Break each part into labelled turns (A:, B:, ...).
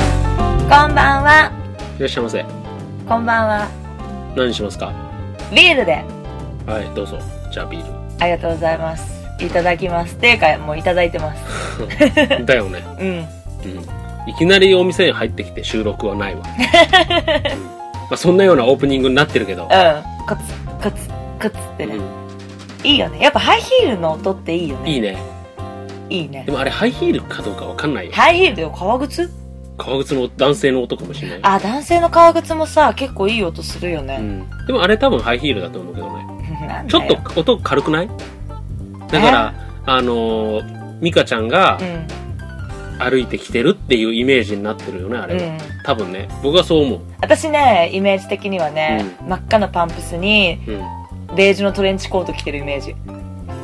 A: こんばんは。
B: いらっしゃいませ。
A: こんばんは。
B: 何にしますか
A: ビールで。
B: はい、どうぞ。じゃあビー
A: ありがとうございます。いただきます。っていうか、もういただいてます。
B: ル。だ よね。
A: うん。
B: うん。いきなりお店に入ってきて収録はな いわ。うんまあ、そんなようなオープニングになってるけど。
A: うん。コツ、コツ、コツってね。
B: う
A: いいよね。やっぱハイヒールの音っていいよ
B: ん
A: ね。
B: いい
A: い
B: ね。
A: いね
B: で。もあれハイヒールかどうかわかんないよ。
A: ハイヒールで革靴
B: 革靴の男性の音かもしれない。
A: あ、男性の革靴もさ、結構いい音するよ
B: う
A: ね。
B: ん。でもあれ多分ハイヒールだと思うけどね。
A: なんだよ
B: ちょっと音軽くないだから、あのー、ミカちゃんが
A: うん。
B: 歩いてきてるっていうイメージになってるよね、あれ
A: う
B: は
A: ん。
B: 多分ね。僕はそう思う。
A: 私ね、イメージ的にはね、真っ赤なパンプスに、
B: うん。
A: ベージュのトレンチコート着てるイメージ。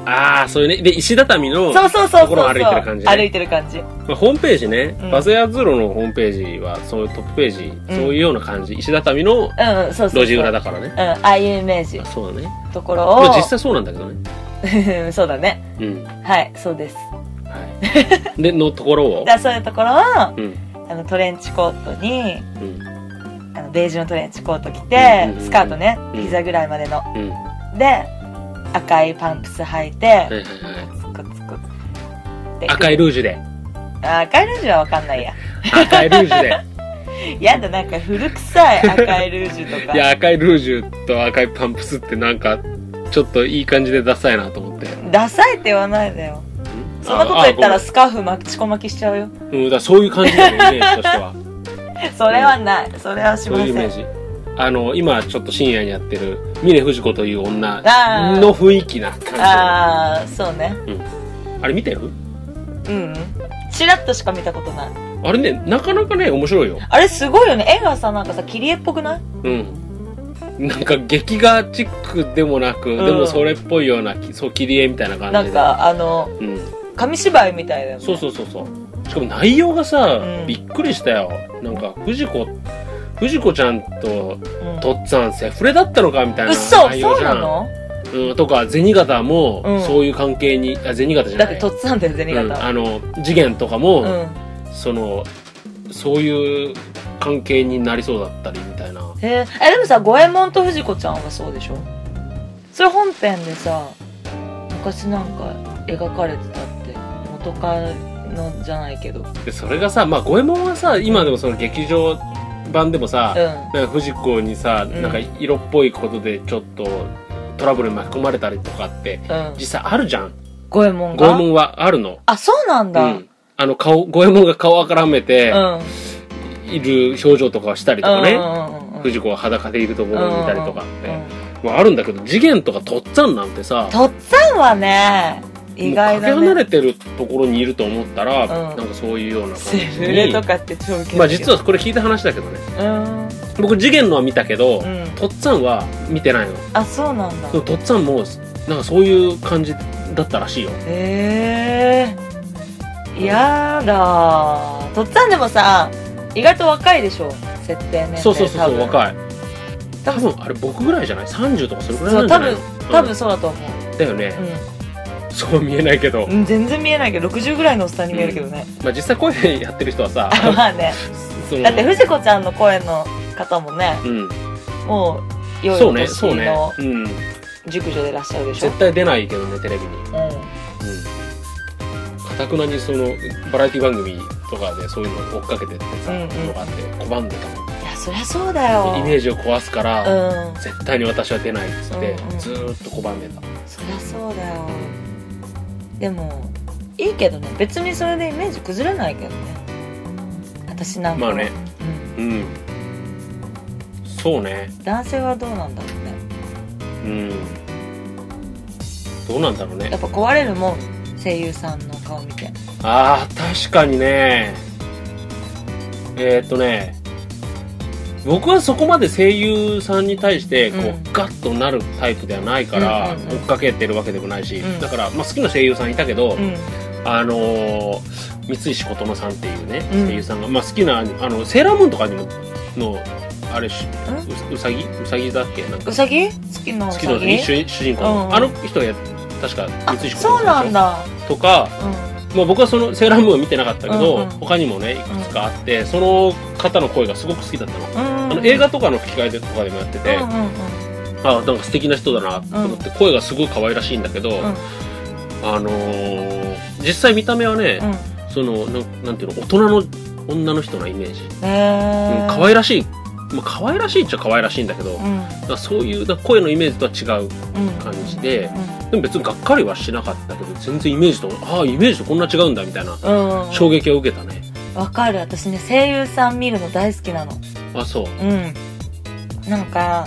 B: ああ、そういうね。で、石畳の、
A: そうそうそう
B: とこ
A: そう。
B: ろを歩いてる感じね
A: 歩いてる感じ。
B: まあ、ホームページね、
A: うん
B: バズヤズロのホームページは、そういうトップページ、そういうような感じ、石畳の
A: うんうん、そうそうそう。
B: 路地裏だからね。
A: うん、ああいうイメージ
B: あ。そうだね。
A: ところを
B: まあ、実際そうなんだけどね。
A: うん そうだね
B: うん。
A: はいそうです
B: はい。で、のところを
A: だか。らそういうところをあ
B: うん。
A: のトレンチコートに
B: うん。
A: あのベージュのトレンチコート着て、
B: うんうんうん
A: スカートね
B: うん
A: 膝ぐらいまでの
B: うん。は
A: で赤いパンプス履いて、
B: いはいは
A: コツコツコツ
B: い。赤いルージ ュで。
A: あ赤いルージュはわかんないや
B: 赤いルージュで。
A: やだなんか古臭い赤いルージュとか
B: いや、赤いルージュと赤いパンプスってなんか、ちょっといい感じでダサいなと思って。
A: ダサいって言わないでよそんなこと言った
B: ああ
A: らスカーフ巻きちこ巻きしちゃうよ
B: ごめんうん、だからそういう感じだ よね、イメージとしては。
A: それはないそれはし
B: そ
A: ま
B: う
A: せ
B: いうイメー
A: ん
B: ジ。あの、今ちょっと深夜にやってる、峰不二子という女
A: あー
B: の雰囲気な感
A: ああそうね
B: じ。うんあれ見てる
A: うんチラッとしか見たことない
B: あれね、なかなかね、面白いよ。
A: あれすごいよね絵がさなんかさ切り絵っぽくない
B: うん。なんか劇画チックでもなく、
A: うん
B: でもそれっぽいような、きそう、切り絵みたいな感じ
A: な
B: で。
A: んかあの
B: うん。
A: 紙芝居みたいだよね
B: そうそうそうそう。しかも内容がさ、
A: うん
B: びっくりしたよ。なんか、藤子、藤子ちゃんと
A: うん
B: とっつぁんセフレだったのかみたいな
A: うっそ
B: 内容
A: そう
B: じゃ。
A: なんの
B: うん、とか、銭形も
A: うん、
B: そういう関係に、あ、銭形じゃ
A: だっ
B: ない。
A: てとっつぁんだよ銭
B: うん、
A: 形
B: あの、次元とか
A: う
B: も、
A: ん
B: その、そういう関係になりそうだったりみたいな。
A: へええでもさ五右衛門と藤子ちゃんはそうでしょそれ本編でさ昔なんか描かれてたって元カノじゃないけどうん
B: で、それがさ、まあ、五右衛門はさ、今でもその劇場版でもさ、なんか藤子にさ、
A: ん
B: なんか色っぽいことでちょっとトラブルに巻き込まれたりとかって、
A: うん
B: 実際あるじゃん。
A: 五右衛門
B: 五右衛
A: が
B: 門はあるの。
A: あそうなん
B: う
A: だうん
B: ん。あの顔、五右衛門が顔あからめている表情とかをしたりとかね。
A: ね
B: 藤子が裸でいるところを見たりとかって、
A: うん
B: まあ、あるんだけど次元とかとっつぁんなんてさ
A: とっつぁんはね意外
B: もう
A: だ
B: かけ
A: ね
B: 離れてるところにいると思ったら、
A: うん
B: なんかそういうような感
A: セ
B: じ
A: フレとかって超気
B: まあ実はこれ聞いた話だけどね
A: うん
B: 僕次元のは見たけど、
A: うん
B: とっつぁんは見てないの
A: あそうなんだ
B: でもとっつぁんもなんかそういう感じだったらしいよ
A: ええー、やだとっつぁんでもさ意外と若いでしょ設定年齢
B: そうそうそうそう
A: い
B: 若い
A: 多
B: 多
A: 分
B: 分あれ僕ぐらいじゃない30とかそれぐらい
A: そ
B: なん
A: う
B: じゃ
A: 多
B: ない
A: 分多分そうだと思う、
B: だよね、そう見えないけど、
A: うん全然見えないけど60ぐらいのおっさんに見えるけどね、
B: まあ実際こういうのやってる人はさ
A: あ まあね
B: その
A: だって藤子ちゃんの声の方もね
B: うん
A: もう良い
B: そう
A: お
B: ね
A: 年
B: そうね
A: の
B: うん
A: 熟女でいらっしゃるでしょ、
B: 絶対出ないけどねテレビに
A: うん、
B: かたくなにそのバラエティ番組とかでそういうのを追っかけてってさ、
A: うんうん
B: のがあって拒んでた
A: いやそりゃそうだよ
B: もんイメージを壊すから、
A: うん
B: 絶対に私は出ないっつって、
A: うんうん
B: ずーっと拒んでた
A: そりゃそうだよでもいいけどね別にそれでイメージ崩れないけどね私なんかは
B: まあね
A: うん
B: うんそうね
A: 男性はどうなんだろうね
B: うんどうなんだろう
A: や
B: ね
A: っぱ壊れるもん声優さんの顔見て
B: あー確かにねえー、っとね僕はそこまで声優さんに対してこう、
A: うん
B: ガッとなるタイプではないから、
A: うんうんうん
B: 追っかけてるわけでもないし、
A: うん
B: だから、まあ、好きな声優さんいたけど、
A: うん
B: あのー、三石琴乃さんっていうね、
A: うん
B: 声優さんが、まあ、好きなあのセーラームーンとかにものあれしううさぎうさぎだっけなんか
A: うさぎ好きのう
B: 好
A: さ
B: きな
A: ぎ
B: 主主人公の、
A: うんうん
B: あの人がや確か三石琴乃さんでしょ
A: そうなんだ
B: とか
A: う
B: まあ、僕はそのセーラームーンは見てなかったけど、
A: うんうん
B: 他にもねいくつかあって、その方の声がすごく好きだったの,、
A: うん
B: あの映画とかの吹き替えでとかでもやってて、
A: うんうん
B: あなんか素敵な人だなと思って、声がすごい可愛らしいんだけど、
A: ん
B: あのー実際見た目はね、
A: うんうん
B: そのなんなんていうの大人の女の人なイメージ、
A: へ
B: う
A: ー
B: ん、可愛らしい、まあ、可愛らしいっちゃ可愛らしいんだけど、だからそういうだから声のイメージとは違う
A: うんうん
B: 感じで
A: うん
B: でも別にがっかりはしなかったけど全然イメージとああイメージとこんな違うんだみたいな
A: うんうん
B: 衝撃を受けたね
A: わかる私ね声優さん見るの大好きなの
B: あそう
A: うんなんか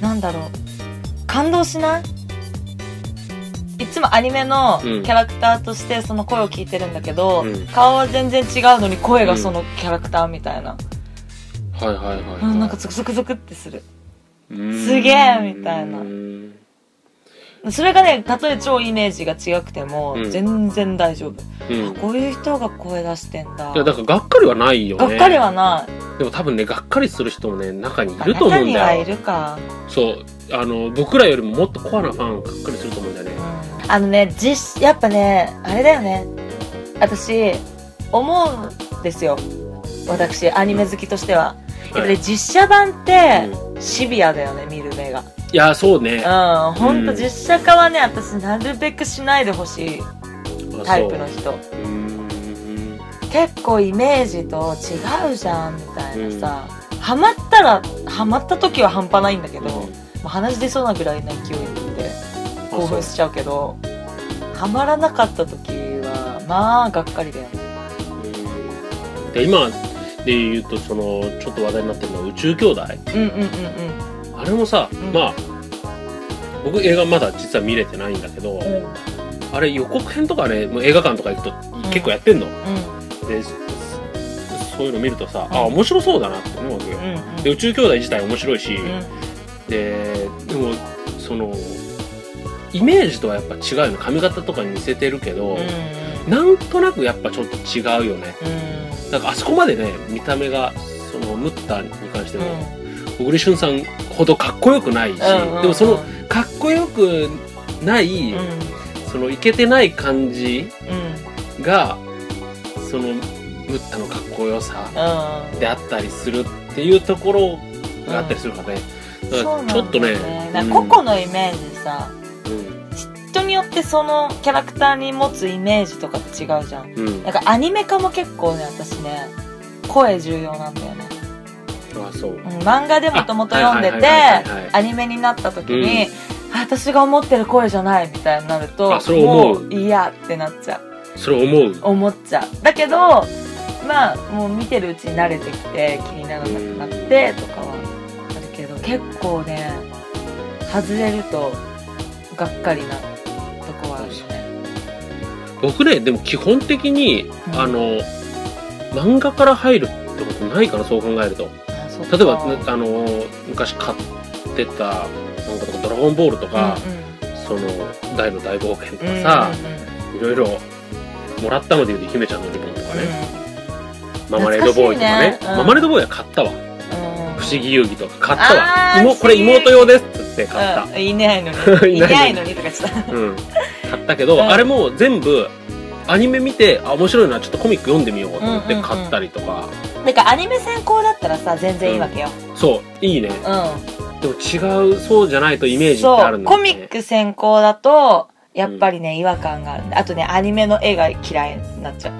A: なんだろう感動しないいつもアニメのキ
B: うん
A: ャラクターとしてその声を聞いてるんだけど、
B: うん
A: 顔は全然違うのに声がそのキャラクターみたいな、
B: はいはいはい、はい
A: うん、なんかゾクゾクゾクってする
B: す
A: すげえみたいな
B: うん
A: それがねたとえ超イメージが違くても、
B: うん
A: 全然大丈夫
B: うん
A: こういう人が声出してんだ
B: いやだからがっかりはないよね
A: がっかりはない
B: でも多分ねがっかりする人もね中にい
A: あ
B: ると思
A: 中
B: うん
A: に
B: だ
A: は
B: よ
A: いるか、
B: そうあの僕らよりももっとコアなファンがっかりすると思うんだよね
A: うんあのね実やっぱねあれだよね私思うんですよ私アニメ好きとしてはやっぱ
B: はい
A: り実写版っ
B: う
A: て
B: ん
A: シビアだよね見る目が
B: いやそうね
A: うんほん
B: う
A: と
B: ん
A: 実写化はね私なるべくしないでほしいタイプの人
B: そううーん
A: 結構イメージと違うじゃんみたいなさ、ハマったらハマった時は半端ないんだけど、もう話出そうなぐらいの勢いで
B: あ
A: 興奮しちゃうけどハマらなかった時はまあがっかりだよね
B: そううんで今で言うとそのちょっと話題になってるのは宇宙兄弟
A: うんうんうんうん
B: あれもさ、
A: ん
B: まあ僕映画まだ実は見れてないんだけ
A: う
B: ど、
A: ん
B: あれ予告編とかねもう映画館とか行くと結構やってんの、でそそういうの見るとさ、あ面白そうだなって思うわけよ、
A: うんうん
B: で宇宙兄弟自体面白いし、
A: うん
B: ででもそのイメージとはやっぱ違うの髪型とかに似せてるけど、なんとなくやっぱちょっと違うよね
A: う
B: なんかあそこまでね見た目がそのムッタに関しても
A: んうん
B: 小栗旬さんほどかっこよくないし、
A: うん
B: でもそのかっこよくない、
A: うん
B: そのいけてない感じ
A: うん
B: がそのムッタのかっこよさ
A: うん
B: であったりするっていうところがあったりするからね、だ
A: そうな
B: から
A: ん
B: ちょっとね
A: だよなんか個々のイメージさ
B: うん
A: 人によってそのキャラクターに持つイメージとかって違うじゃん
B: うん、うん
A: なんかアニメ化も結構ね私ね声重要なんだよね、
B: あそう
A: うん、漫画でもともと読んで
B: あはい
A: て
B: はいはいはいはい
A: アニメになった時に、あ私が思ってる声じゃないみたいになると
B: あそれ思う
A: もう嫌ってなっちゃう
B: それ思う
A: 思っちゃうだけどまあもう見てるうちに慣れてきて気にならなくなってとかはあるけど結構ね外れるとがっかりなとこはあるよね
B: 僕ねでも基本的に、
A: うん
B: あの漫画から入るってことないかなそう考えると
A: あそっか
B: 例えば、ねあの昔買ってたなんかとか「ドラゴンボール」とか、その「大の大冒険」と
A: うんうん
B: かさ
A: うん、うんうん
B: いろいろもらったのでいうと「姫ちゃんのリボン」とかね、
A: う
B: ママレードボーイ」とかね
A: 懐かしいねうん
B: ママレードボーイは買ったわ
A: んうん
B: 「不思議遊戯」とか買った
A: あ
B: わ
A: ー
B: 妹これ妹用ですっつって買った、
A: うん、いないのに
B: い
A: い
B: ないのに
A: ないのにとかちょっと
B: うん、買ったけど、
A: うん
B: あれも全部アニメ見てあ面白いなちょっとコミック読んでみようと思って買ったりとか、
A: なんかアニメ先行だったらさ全然いいわけよ
B: そういいね
A: うん、
B: でも違うそうじゃないとイメージってあ
A: そ
B: る
A: うん
B: だよ
A: コ
B: ね
A: ミック先行だとやっぱりね、違和感があるあとねアニメの絵が嫌いになっちゃう、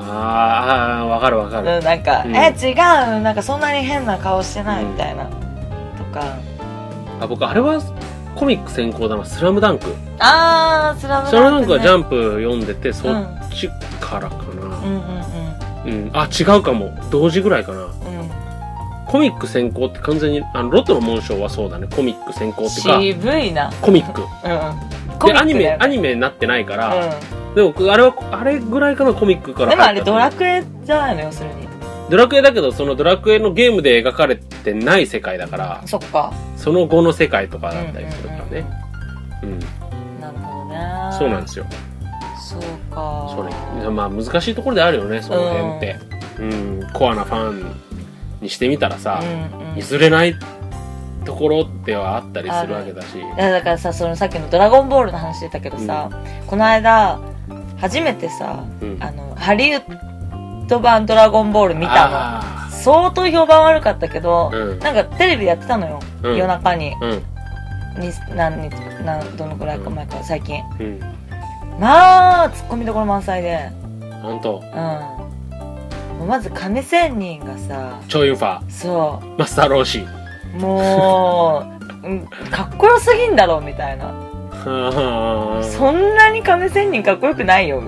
B: あーあーわかるわかる、
A: うん、なんか、
B: うん
A: え違うなんかそんなに変な顔してないみたいな、とか
B: あ僕あれはコミック先行だな「スラムダンク
A: あースラム
B: スラ
A: ダン
B: ムダンク
A: ク、
B: は
A: ね、
B: ジャンプ読んでてそ
A: うん
B: っちからかな
A: うんう
B: うん、あ違うかも同時ぐらいかなん
A: うんうん
B: コミック先行って完全にあのロトの紋章はそうだねコミック先行っていうか
A: 渋いな
B: コミック
A: うんうんコミックだ
B: で
A: よ
B: アニメアニメになってないから、
A: う
B: でもあれはあれぐらいかなコミックか
A: ん、
B: ら
A: でもあ
B: 入
A: れ
B: った
A: ドラクエじゃないの要するに
B: ドラクエだけどそのドラクエのゲームで描かれてない世界だから
A: そっか
B: その後の世界とかだったりするからねうん、
A: なるほどね
B: そうなんですよ
A: そうか
B: それまあ難しいところであるよねその辺ってうん、コアなファンにしてみたらさ、
A: うんうん、い
B: 譲れないところではあったりするわけだし
A: やだからさそのさっきの「ドラゴンボール」の話出たけどさ、この間は初めてさ
B: うん
A: あのハリウッド版「ドラゴンボール」見た
B: あ
A: の相当評判悪かったけど、
B: うん
A: なんかテレビやってたのよ、
B: うん
A: 夜中に
B: ー
A: に何日何どのくらいか前から最近
B: うんうん
A: まあツッコミどころ満載で
B: 本当
A: うんもうまず亀仙人がさ
B: チョインファ
A: そ
B: マスターローシ
A: うもううんかっこよすぎんだろうみたいな
B: ー
A: そんなに亀仙人かっこよくないよ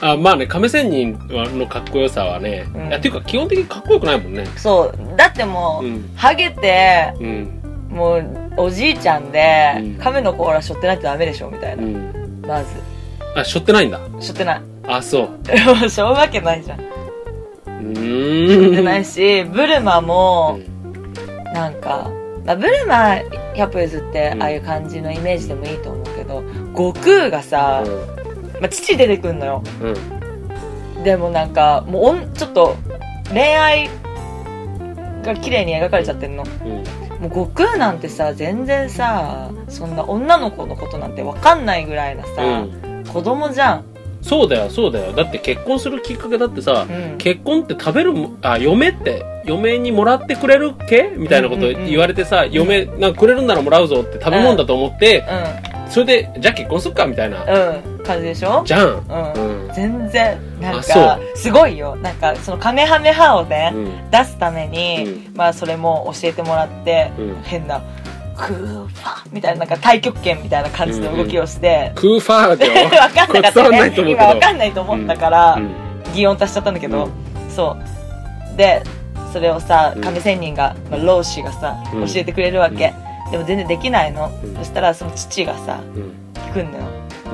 B: あまあね亀仙人のかっこよさはね、
A: うん
B: いやっていうか基本的にかっこよくないもんね
A: そうだっても
B: う
A: う、
B: ん
A: ハゲて
B: うん
A: もうおじいちゃんで、
B: うん
A: 亀の甲羅しょってないとダメでしょみたいうな、
B: ん
A: まず
B: あしょってないんだ
A: しょってない
B: あそう
A: しょうわけないじゃんし
B: う
A: ょ
B: ー
A: っ
B: ん
A: てないしブルマ
B: う
A: も
B: ん
A: なんか、まあ、ブルマ百歩譲って
B: うん
A: ああいう感じのイメージでもいいと思うけど悟空がさ、まあ、父出てくんのよ
B: うん
A: でもなんかもうおんちょっと恋愛が綺麗に描かれちゃってんの
B: うん
A: もう悟空なんてさ全然さそんな女の子のことなんて分かんないぐらいなさ、
B: うん
A: 子供じゃん、
B: そうだよそうだよだって結婚するきっかけだってさ
A: うん、
B: 結婚って食べるもあ嫁って嫁にもらってくれるっけみたいなこと
A: うんうんうん
B: 言われてさ、嫁なんかくれるならもらうぞって食べ物だと思って、それでじゃあ結婚すっかみたいな、
A: うんうん感じでしょ
B: じゃん
A: う
B: うんん
A: 全然なん
B: あそ
A: かすごいよなんかそのカメハメハをね、
B: うん
A: 出すために、まあそれも教えてもらって、
B: うん
A: 変なクーファみたいななんか太極拳みたいな感じの動きをして、
B: クーファーだ よ
A: 分かんなかっ
B: こ
A: たね
B: れ伝わんないと思うけど
A: 今分かんないと思ったから、
B: うん
A: 擬音足しちゃったんだけど、そうでそれをさ
B: うん
A: 亀仙人が、まあ、老子がさ
B: うん
A: 教えてくれるわけ、でも全然できないの、
B: うん
A: そしたらその父がさ
B: うん
A: 来んのよ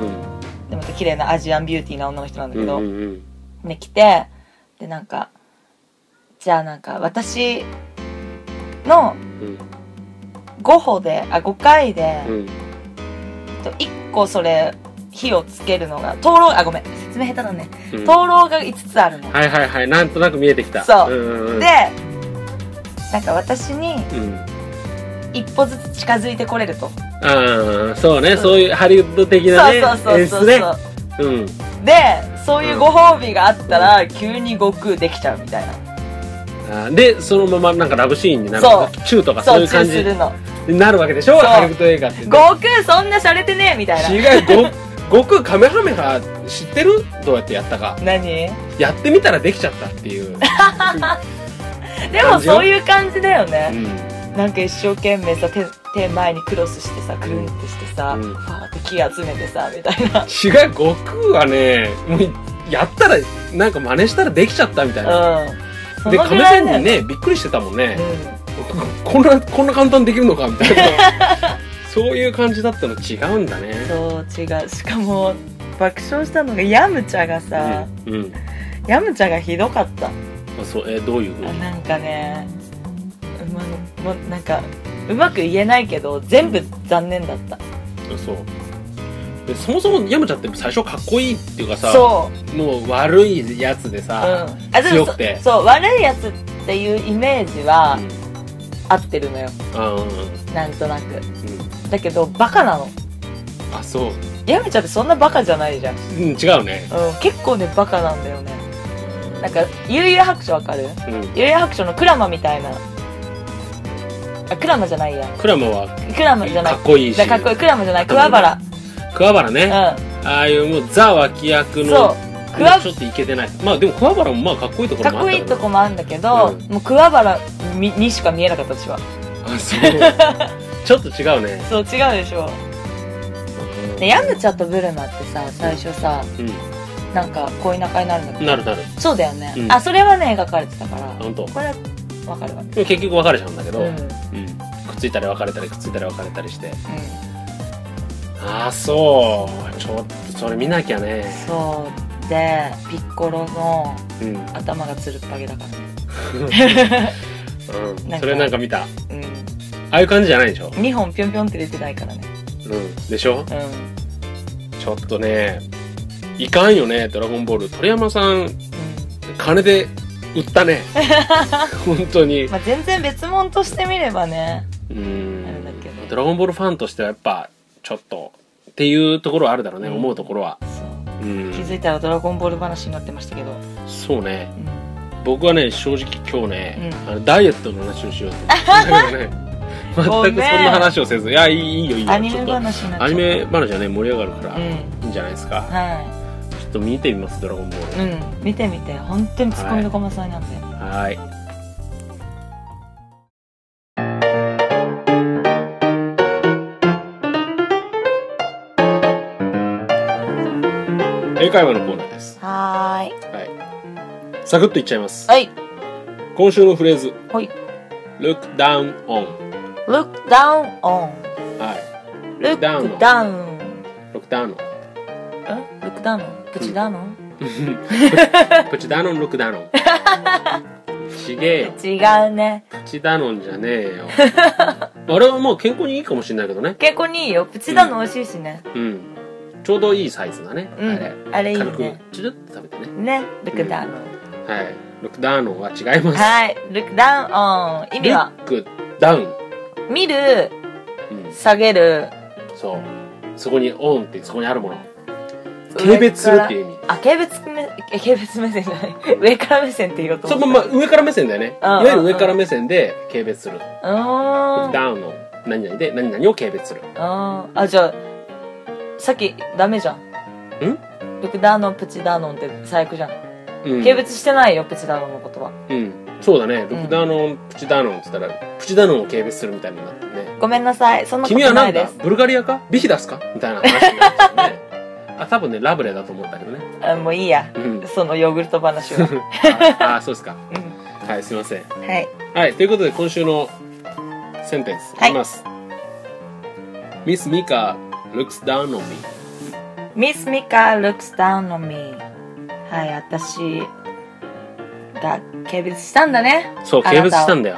B: うん
A: でまた綺麗なアジアンビューティーな女の人なんだ
B: う
A: け
B: ん
A: ど、
B: うんうん
A: で来てでなんかじゃあなんか私の
B: うん
A: 5歩であ5回で、
B: うん
A: と1個それ火をつけるのが灯籠あごめん説明下手だね
B: うん
A: 灯籠が5つあるの、
B: はいはいはいなんとなく見えてきた
A: そう
B: うんうんうん
A: でなんか私に
B: うん
A: 一歩ずつ近づいてこれると、
B: ああそうね、
A: うん
B: そういうハリウッド的なね
A: そうそうそうそうそう
B: 演出ね
A: でそういうご褒美があったら、急に悟空できちゃうみたいな
B: うんあーでそのままなんかラブシーンになる
A: そう
B: チューとかそ
A: そう
B: ういう
A: チュ
B: 感
A: ー
B: じ
A: するの
B: になるわけでしょ
A: そう
B: ハリウッド映画って違う
A: 悟空そんな洒落てねえみたいな
B: ご悟空カメハメハ知ってるどうやってやったか
A: 何で
B: やってみたらできちゃったっていう、
A: も
B: 感じよ
A: そういう感じだよ
B: う
A: ね、
B: ん
A: なんか一生懸命さ手手前にクロスしてさくるんってしてさ、
B: う
A: フ
B: ん
A: ァーって木集めてさみたいな
B: 違う悟空はねもうやったらなんか真似したらできちゃったみたいな、
A: うんそ
B: で
A: の
B: カ
A: ぐ
B: メ
A: ら
B: ラ
A: いだよ
B: にねびっくりしてたもんね、
A: うん
B: こんなこんな簡単にできるのかみたいな そういう感じだったの違うんだね
A: そう違うしかも爆笑したのがヤムチャがさ、
B: うん、うん
A: ヤムチャがひどかった、
B: あそうえどういうふう
A: あ
B: に
A: なんかねうまもうなんかうまく言えないけど全部残念だった
B: あそうでそもそも山ちゃんって最初かっこいいっていうかさ
A: そう、
B: もう悪いやつで
A: うん、
B: さ、
A: あでも
B: 強くて
A: そそう悪いやつっていうイメージは
B: うん
A: 合ってるのよ
B: あうん
A: なんとなくだけどバカなの
B: あそう、
A: ヤムチャってそんなバカじゃないじゃん、うん、
B: うん、違うね
A: 結構ねバカなんだよねなんか悠々白書わかる
B: うん
A: 幽霊白書のクラマみたいなあクラマじゃないや
B: クラマは
A: クラマじゃない
B: かっこいいし
A: だからかっこいいクラマじゃないクワバラ
B: 桑原
A: う
B: ね、
A: ん
B: ああいうもうザ脇役
A: そ
B: の
A: うクワ
B: ちょっといけてないまあでも桑原もまあかっこいいとこ
A: か
B: ろ
A: っ
B: もあ
A: こ
B: った
A: い
B: よ
A: い
B: ね
A: とこもあるんだけど、
B: うん
A: もうクワバラににしか見えなかった私は
B: あそう ちょっと違うね
A: そう違うでしょでヤムチャとブルマってさ最初さ
B: う
A: なんか恋仲になるんだけ
B: ん
A: ど
B: なるなる
A: そうだよね、
B: うん
A: あそれはね描かれてたから
B: 本当
A: これはわかるわ
B: でも結局別れちゃうんだけど、
A: う
B: うん
A: うんん
B: くっついたり別れたりくっついたり別れたりしてああそうちょっとそれ見なきゃね
A: そうでピッコロの
B: うん、う
A: 頭がつるっぱげだから
B: ん、
A: なんか
B: それなんか見たあ
A: ねうん
B: あいう感じじゃないでしょ、
A: 2本ぴょんぴょんって出てないからね
B: うん、でしょ
A: うん
B: ちょっとねいかんよねドラゴンボール鳥山さん金で売っ たね本当に
A: まあ、全然別物としてみればね
B: うん
A: あれだけど
B: ドラゴンボールファンとしてはやっぱちょっとっていうところはあるだろうね、
A: うん
B: 思うところは
A: そう
B: うん
A: 気づいたら「ドラゴンボール」話になってましたけど、うん
B: そうね僕はね正直今日ね、あのダイエットの話をしよう と思ってたんだけどね全く
A: ご
B: そ
A: め
B: ん
A: ん
B: な話をせずいやいいいいよいいよ
A: アニ
B: ちょ
A: メ
B: っと
A: 話になっちゃった
B: アニメ話はね盛り上がるから、
A: う
B: い
A: ん
B: いんじゃないですか
A: は
B: ちょっと見てみます「ドラゴンボール」
A: い、うん、見てみて本当にツッコミどこ満載なんで、
B: はい。英会話のコーナーです。
A: はーい
B: サクッといっちゃいます。
A: はい
B: 今週のフレーズ。
A: はい。
B: look down on。
A: Look down on
B: はい。
A: Look
B: Down on
A: down
B: look down
A: え Look down on 口だの
B: on。プチダノン、look down on。ちげえよ。
A: 違うね
B: プチダノンじゃねえ よ。あれはもう健康にいいかもしれないけどね。
A: 結構いいよ口だの美味しいしね
B: うん。ちょうどいいサイズだね。
A: うん
B: あれ。
A: あれいい
B: 軽く
A: ね
B: ちょっと食べてね。
A: ね Look down
B: はい。ロックダウンは違います。
A: はい Look down on 意味は
B: ロックダウン。
A: 見る
B: うん。
A: 下げる
B: そう。そこにオンってそこにあるもの。軽蔑するっていう意味。
A: あ軽蔑めえ軽蔑目線じゃない上から目線って言おうと
B: そ
A: 思
B: の
A: っ
B: まま上から目線だよね。い
A: うんうんうん
B: わゆる上から目線で軽蔑する。
A: たうーん
B: ダウンの何々で何々を軽蔑する。
A: あーあじゃあさっきダメじゃん
B: ん
A: ルクダーノンプチダーノンって最悪じゃん
B: うん。
A: 軽蔑してないよプチダーノンのことは
B: うん。そうだね。ロックダウンのプチダウンって言ったら、プチダウンを軽蔑するみたいになってるね。
A: ごめんなさいそんなこ
B: 君
A: と
B: は
A: な
B: 何
A: いで
B: だ
A: す
B: ブルガリアかビヒダスかみたいな話になってるね。あ、多分ね、ラブレだと思うんだけどね。
A: あもういいや
B: うん。
A: そのヨーグルト話は、
B: あ、あそうですか。
A: う
B: はい、すいません。
A: ん、はい
B: はい、ということで今週のセンテンス、
A: はい
B: いきます。Miss Mika looks down on me.
A: Miss Mika looks down on me はい私が軽蔑したんだね
B: そう、
A: あ
B: 軽蔑
A: なたを
B: した んだよ。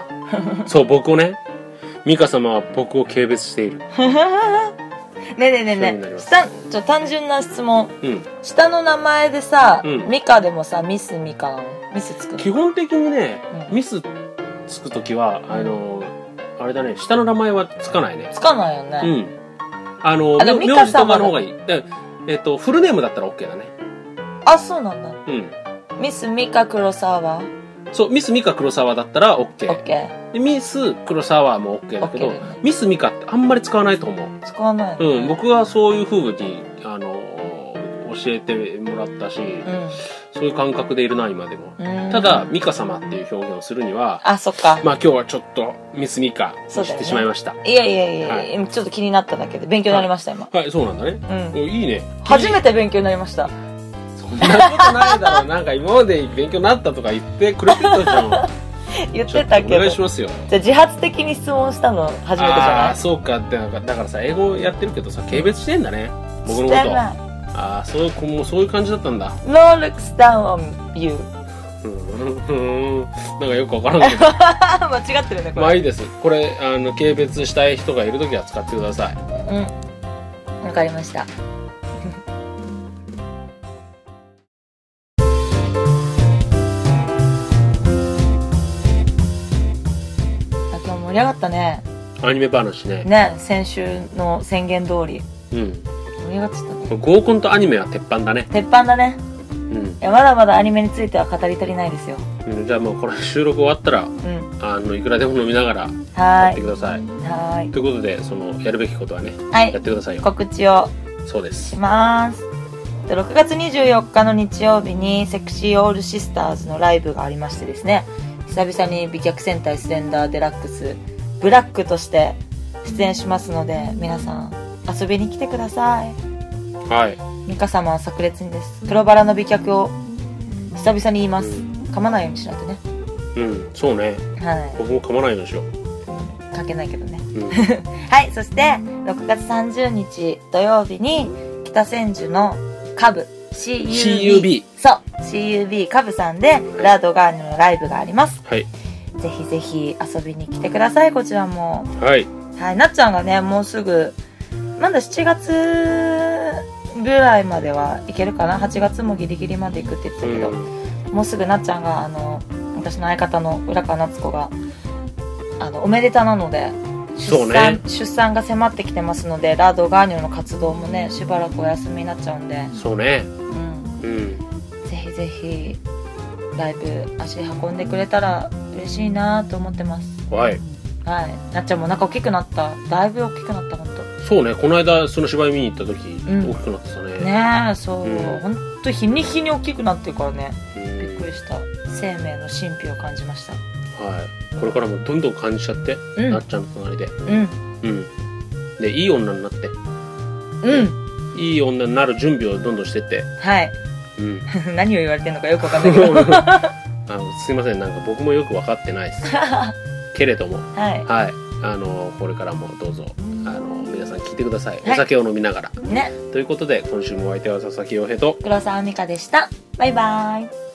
B: そう、僕をね、ミカ様は僕を軽蔑している。
A: ねえねえねえ
B: そうに
A: ね
B: なり
A: え
B: ます
A: 下ちょ単純な質問
B: うん。
A: 下の名前でさ、
B: うん
A: ミカでもさミスミカなのミスつくの
B: 基本的にね、
A: うん
B: ミスつくときは、あの、あれだね、下の名前はつかないね。
A: つかないよね、
B: うん。あの、
A: あでも
B: 名
A: ミカ様
B: 名字とかの方がいい。だえっと、フルネームだったら OK だね。
A: あそうなんだ
B: うん。
A: ミスミカ黒沢
B: そう、ミスミカ黒沢だったら OK。
A: オッケー
B: でミス黒沢も OK だけど、
A: OK だね
B: ミスミカってあんまり使わないと思う。
A: 使わないの
B: うん、僕はそういう風に、あの、教えてもらったし、そういう感覚でいるな、今でも。
A: うん、うん、
B: ただ、ミカ様っていう表現をするには、
A: あそっか
B: まあ今日はちょっとミスミカ
A: そうだ
B: 知
A: よ
B: っ
A: ね
B: てしまいました。
A: いやいやいや、
B: はい
A: や、ちょっと気になっただけで勉強になりました、
B: はい、そうなんだね。
A: 今うん
B: おいいね。
A: 初
B: て。
A: めて勉強になりました
B: そんなことないだろう。なんか今まで勉強になったとか言ってくれてた じゃん。
A: 言っ
B: ち
A: て
B: ょっと
A: た
B: お
A: けど
B: 願いし
A: じゃ
B: ますよ。
A: あ自発的に質問したの初めてじ
B: ああー、
A: ゃ
B: そうかってなんか、だからさ、英語やってるけどさ、軽蔑してんだ
A: な
B: ね。
A: い
B: 僕の
A: し
B: こ
A: て
B: と。
A: ない
B: ああ、そう、こもうそういう感じだったんだ。
A: No looks down on you
B: うん、 なんかよくわからんけど。
A: 間違ってるねこれ、
B: まあいいです。これ、あの、軽蔑したい人がいるときは使ってください。
A: うんわかりましたあ今日盛り上がったね
B: アニメ話ね。
A: ね先週の宣言通り
B: うん。
A: 盛り上がっちゃったね
B: 合コンとアニメは鉄板だね。
A: 鉄板だね
B: うん。
A: いやまだまだアニメについては語り足りないですよ
B: うんじゃあもうこれ収録終わったら、
A: うん
B: あの、いくらでも飲みながらや
A: は
B: っ
A: ーい
B: てください。
A: はーい
B: ということで、その、やるべきことはね、
A: は
B: やっ
A: い
B: てくださいよ。
A: 告知を
B: そうで
A: し
B: す。
A: ますえっと6月24日の日曜日にセクシーオールシスターズのライブがありましてですね久々に美脚戦隊スレンダーデラックスブラックとして出演しますので皆さん遊びに来てください
B: はい。
A: ミカ様は炸裂にです黒バラの美脚を久々に言います噛まないようにしないとね
B: うん、そうね。
A: は
B: 僕も噛まないようにしよ
A: い書けないけどね
B: う。 うん。
A: はい、そして6月30日土曜日に北千住のカブ CUB,
B: CUB
A: そう CUB カブさんでラードガーニのライブがあります
B: はい。
A: ぜひぜひ遊びに来てくださいこちらも
B: はい。
A: はいなっちゃんがねもうすぐまだ7月ぐらいまではいけるかな8月もギリギリまで行くって言ってた
B: う
A: けど、
B: ん。
A: もうすぐなっちゃんがあの私の相方の浦川夏子があのおめでたなので
B: そ
A: 出
B: う
A: 産、
B: ね
A: 出産が迫ってきてますのでラードガーニョの活動もねしばらくお休みになっちゃうんで、
B: そうね
A: うん、
B: うん
A: ぜひぜひライブ足運んでくれたら嬉しいなと思ってます
B: はい
A: はいなっちゃんもなんか大きくなっただいぶ大きくなった本
B: そうねこの間その芝居見に行った時、
A: うん
B: 大きくなってたね
A: 当ねえそう、
B: うん
A: ほんと日に日に大きくなってるからね
B: うん
A: びっくりした生命の神秘を感じました
B: はいこれからもどんどん感じちゃって、
A: うん
B: なっちゃんの隣で
A: うん
B: うんでいい女になって
A: うん
B: いい女になる準備をどんどんしてって
A: はい
B: う ん
A: 何を言われてんのかよくわかんないけど
B: あのすいませんなんか僕もよく分かってないです けれども
A: は
B: はいあのこれからもどうぞあの皆さん聞いてください、
A: はい
B: お酒を飲みながら
A: いね
B: ということで今週もお相手は佐々木陽平と
A: 黒沢美香でしたバイバイ